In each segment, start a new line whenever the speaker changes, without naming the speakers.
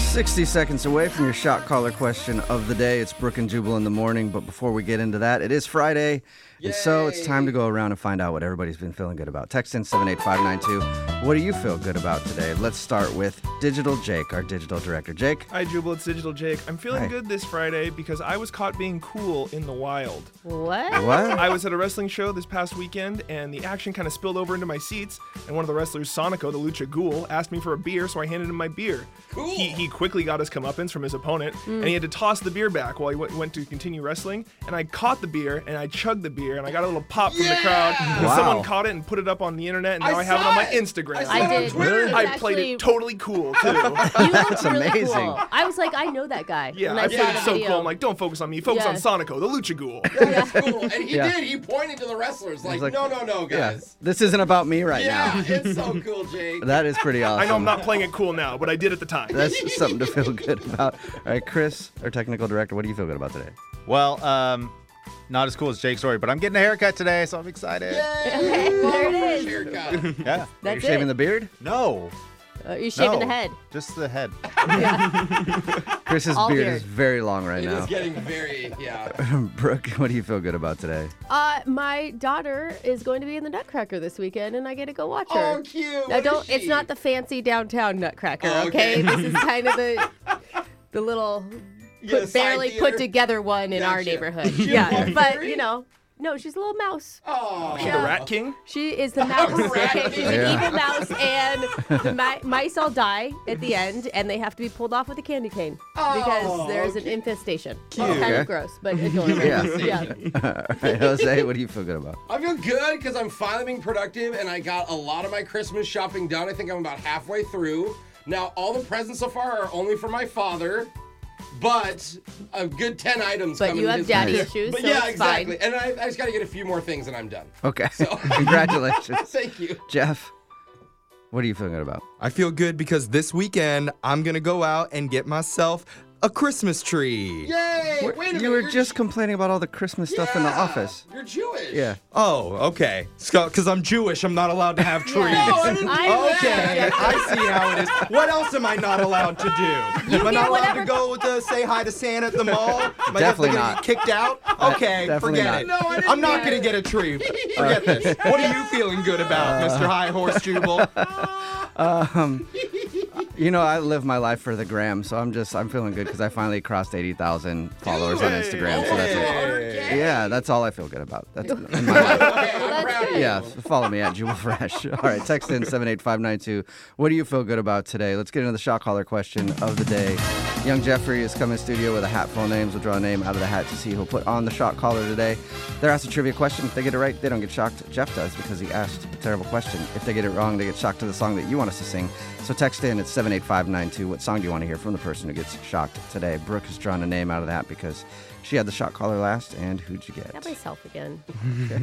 60 seconds away from your shot caller question of the day. It's Brook and Jubal in the morning, but before we get into that, it is Friday. And so it's time to go around and find out what everybody's been feeling good about. Text in 78592. What do you feel good about today? Let's start with Digital Jake, our digital director. Jake,
Hi, Jubal. It's Digital Jake. I'm feeling
Hi.
good this Friday because I was caught being cool in the wild.
What?
what?
I was at a wrestling show this past weekend, and the action kind of spilled over into my seats. And one of the wrestlers, Sonico, the Lucha Ghoul, asked me for a beer, so I handed him my beer. Cool. He, he quickly got his comeuppance from his opponent, and he had to toss the beer back while he went, went to continue wrestling. And I caught the beer, and I chugged the beer, and I got a little pop from the crowd. And
Wow.
Someone caught it and put it up on the internet, and now I, have it on my Instagram.
I did.
Really?
It was
I played
actually-
it totally cool too.
You looked really
amazing.
cool. I was like, I know that guy.
Yeah,
when
I
saw
played it
the
so
video.
cool. I'm like, don't focus on me. Focus
Yeah.
on Sonico, the Lucha Ghoul.
That's cool. And he
Yeah.
did. He pointed to the wrestlers like,
like,
no, no, no,
Yeah,
guys.
this isn't about me right
Yeah,
now.
it's so cool, Jake.
That is pretty awesome.
I know I'm not playing it cool now, but I did at the time.
That's something to feel good about. All right, Chris, our technical director, what do you feel good about today?
Well, um, not as cool as Jake's story, but I'm getting a haircut today, so I'm excited.
Yay!
Okay, there it is.
Haircut.
Yeah.
Are you
That's
shaving
it.
the beard?
No.
Uh, you're shaving the
no.
head.
Just the head.
Chris's
All
beard,
beard.
is very long right
It
now.
is getting very, yeah.
Brooke, what do you feel good about today?
Uh, my daughter is going to be in the Nutcracker this weekend, and I get to go watch her.
Oh, cute.
Now,
What is
don't. It's
she?
not the fancy downtown Nutcracker,
Oh,
okay?
okay.
this is kind of the the little
Yeah,
put,
side
barely
theater.
put together one in our
Gotcha.
neighborhood.
She a
yeah,
little
but
fairy?
you know, no, she's a little mouse.
Oh,
She the Rat King?
She is the mouse. okay?
rat.
She's an
Yeah.
evil mouse, and the mi- mice all die at the end, and they have to be pulled off with a candy cane because
Oh,
there's an
okay.
infestation. It's kind
Okay.
of gross, but adorable.
Yeah.
yeah.
All right, Jose, what do you feel good about?
I feel good because I'm finally being productive and I got a lot of my Christmas shopping done. I think I'm about halfway through. Now, all the presents so far are only for my father, but a good 10 items
But
coming
you have
his
daddy
way.
issues,
But
so
yeah,
it's
exactly.
fine.
And I, I just got to get a few more things and I'm done.
Okay.
So-
Congratulations.
Thank you.
Jeff, what are you feeling good about?
I feel good because this weekend I'm gonna go out and get myself a Christmas tree.
Yay!
We're-
Wait a minute.
you were
you're-
just complaining about all the Christmas stuff in the
Yeah,
office.
You're Jewish.
Yeah.
Oh, okay. Because I'm Jewish, I'm not allowed to have trees.
No, I didn't
I
do
was-
that.
Okay, I see how it is. What else am I not allowed to do? am I
get
not allowed
whatever-
to go to say hi to Santa at the mall? Am I
Definitely
definitely gonna
not. Uh,
get kicked out? Okay,
definitely
forget
not.
it.
No, I didn't
I'm not
do
gonna get a tree. Forget this. What are you feeling good about,
Uh,
Mr. High Horse Jubal?
You know, I live my life for the gram, so I'm just I'm feeling good because I finally crossed eighty thousand followers on
Dude.
Oh,
Instagram. So that's it.
100K.
Yeah, that's all I feel good about. That's in my life.
Okay, I'm proud of you.
Yeah, f- follow me at Jewel Fresh. All right, text in 78592. What do you feel good about today? Let's get into the shot caller question of the day. Young Jeffrey is coming studio with a hat full of names. We'll draw a name out of the hat to see who'll put on the shot caller today. They're asked a trivia question. If they get it right, they don't get shocked. Jeff does because he asked a terrible question. If they get it wrong, they get shocked to the song that you want us to sing. So text in at 78592. What song do you want to hear from the person who gets shocked today? Brooke has drawn a name out of that because she had the shot caller last. And who'd you get?
Not myself again.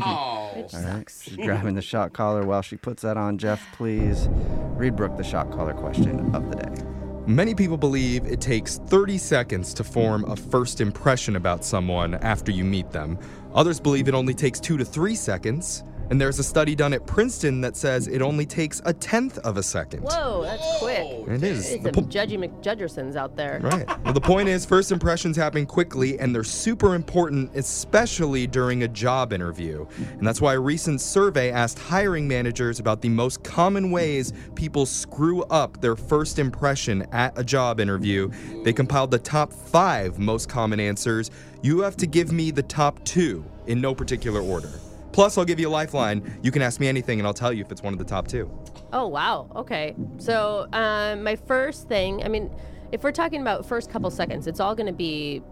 Oh.
It sucks.
She's grabbing the shot collar while she puts that on. Jeff, please read Brooke the shot collar question of the day.
Many people believe it takes 30 seconds to form a first impression about someone after you meet them. Others believe it only takes two to three seconds. And there's a study done at Princeton that says it only takes a tenth of a second.
Whoa, that's quick.
Whoa.
It is.
It's
The
some
po-
Judgy McJudgersons out there.
right. Well, the point is, first impressions happen quickly and they're super important, especially during a job interview. And that's why a recent survey asked hiring managers about the most common ways people screw up their first impression at a job interview. They compiled the top five most common answers. You have to give me the top two in no particular order. Plus, I'll give you a lifeline. You can ask me anything and I'll tell you if it's one of the top two.
Oh wow. Okay. So um, my first thing. I mean, if we're talking about first couple seconds, it's all going to be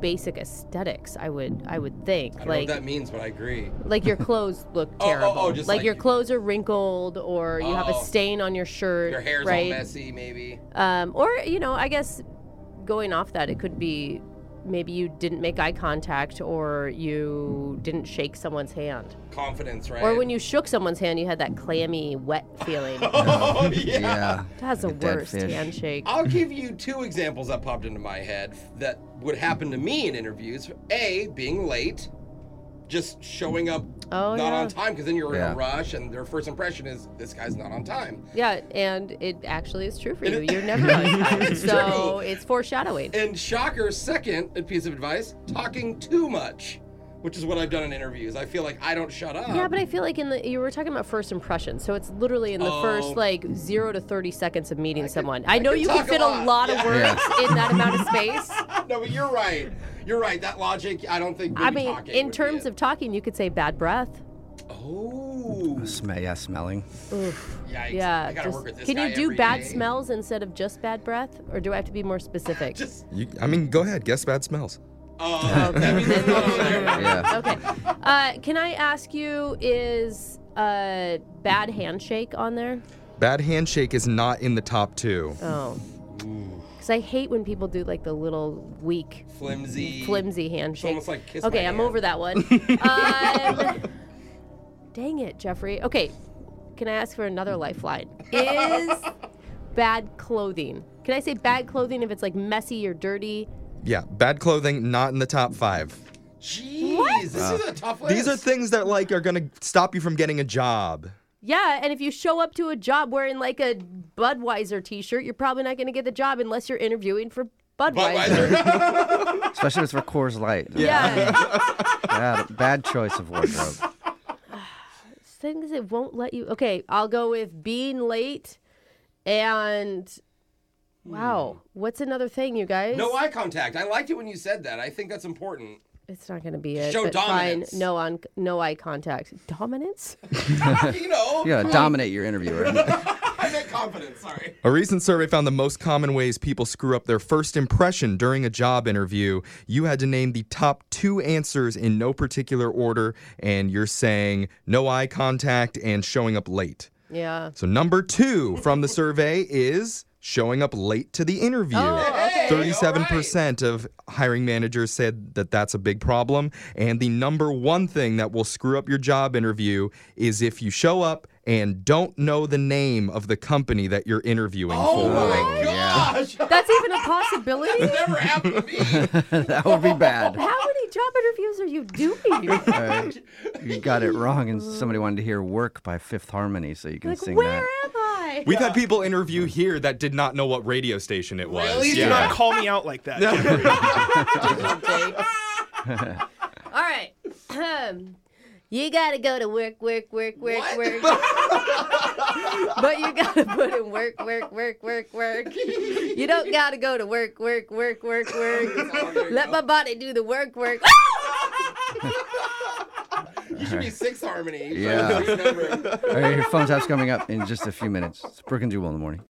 basic aesthetics. I would. I would think.
I don't know
like.
what that means, but I agree.
Like your clothes look
Oh, oh,
terrible.
oh, just like
your
you-
clothes are wrinkled, or you have a
Oh.
stain on your shirt.
Your hair's
right?
all messy, maybe.
Um, or you know, I guess going off that, it could be maybe you didn't make eye contact, or you didn't shake someone's hand,
Confidence, right?
or when you shook someone's hand, you had that clammy, wet feeling.
Oh, yeah.
Yeah.
That's the
Like a dead
worst
fish.
handshake.
I'll give you two examples that popped into my head that would happen to me in interviews. A, being late, just showing up
Oh,
not
yeah.
on time because then you're in
Yeah.
a rush and their first impression is this guy's not on time.
Yeah, and it actually is true for you. You're never on time. So it's foreshadowing.
And shocker, second a piece of advice: talking too much, which is what I've done in interviews. I feel like I don't shut up.
Yeah, but I feel like in the you were talking about first impressions, so it's literally in the
Oh.
first like zero to thirty seconds of meeting someone. I know
could
you can
talk a
fit a
lot.
lot,
Yeah.
of words in that amount of space.
no, but you're right. You're right. That logic, I don't think.
I
maybe
mean,
talking
in
would be
terms
it.
of talking, you could say bad breath.
oh,
Sm- yeah, smelling.
yikes.
Yeah.
I gotta
just-
work with this
can
guy
you do
every
bad
day.
smells instead of just bad breath, or do I have to be more specific?
Just,
You, I mean, go ahead. Guess bad smells.
oh, that means it's not on there.
Yeah.
okay. Uh, can I ask you? Is uh, bad handshake on there?
Bad handshake is not in the top two.
Oh. Because I hate when people do like the little weak,
Flimsy.
flimsy handshake.
almost like kiss
okay,
my
I'm
hand.
over that one. um, dang it, Jeffrey. Okay, can I ask for another lifeline? Is bad clothing? Can I say bad clothing if it's like messy or dirty?
Yeah, bad clothing not in the top five.
Jeez, this is a tough list.
These are things that like are gonna stop you from getting a job.
Yeah, and if you show up to a job wearing like a Budweiser t-shirt, you're probably not going to get the job unless you're interviewing for Budweiser.
Budweiser.
Especially if it's for Coors Light.
Yeah.
Yeah, bad choice of wardrobe.
things that won't let you. Okay, I'll go with being late and wow. What's another thing, you guys?
Hmm. no eye contact. I liked it when you said that. I think that's important.
it's not going to be it.
Show
but
dominance.
Fine. No on no eye contact. Dominance?
you know,
Yeah, dominate your interviewer.
I meant confidence. Sorry.
A recent survey found the most common ways people screw up their first impression during a job interview. You had to name the top two answers in no particular order, and you're saying no eye contact and showing up late.
Yeah.
So, number two from the survey is showing up late to the interview.
Oh, okay.
Thirty-seven percent of hiring managers said that that's a big problem, and the number one thing that will screw up your job interview is if you show up and don't know the name of the company that you're interviewing
Oh
for.
my gosh.
That's even a possibility?
Never happened to me.
that would be bad.
How many job interviews are you doing?
All right. You got it wrong, and somebody wanted to hear "Work" by Fifth Harmony, so you can
like,
sing
where
that.
am I?
We've had people interview here that did not know what radio station it was.
Really?
Please do not call me out like that. Jeffrey.
All right. Um, you gotta go to work, work, work, work,
What?
work. but you gotta put in work, work, work, work, work. You don't gotta go to work, work, work, work, work. Let my body do the work, work.
You should be six harmony.
Yeah.
Remember.
All right, your phone tap's coming up in just a few minutes. It's Brooke and Jewel in the morning.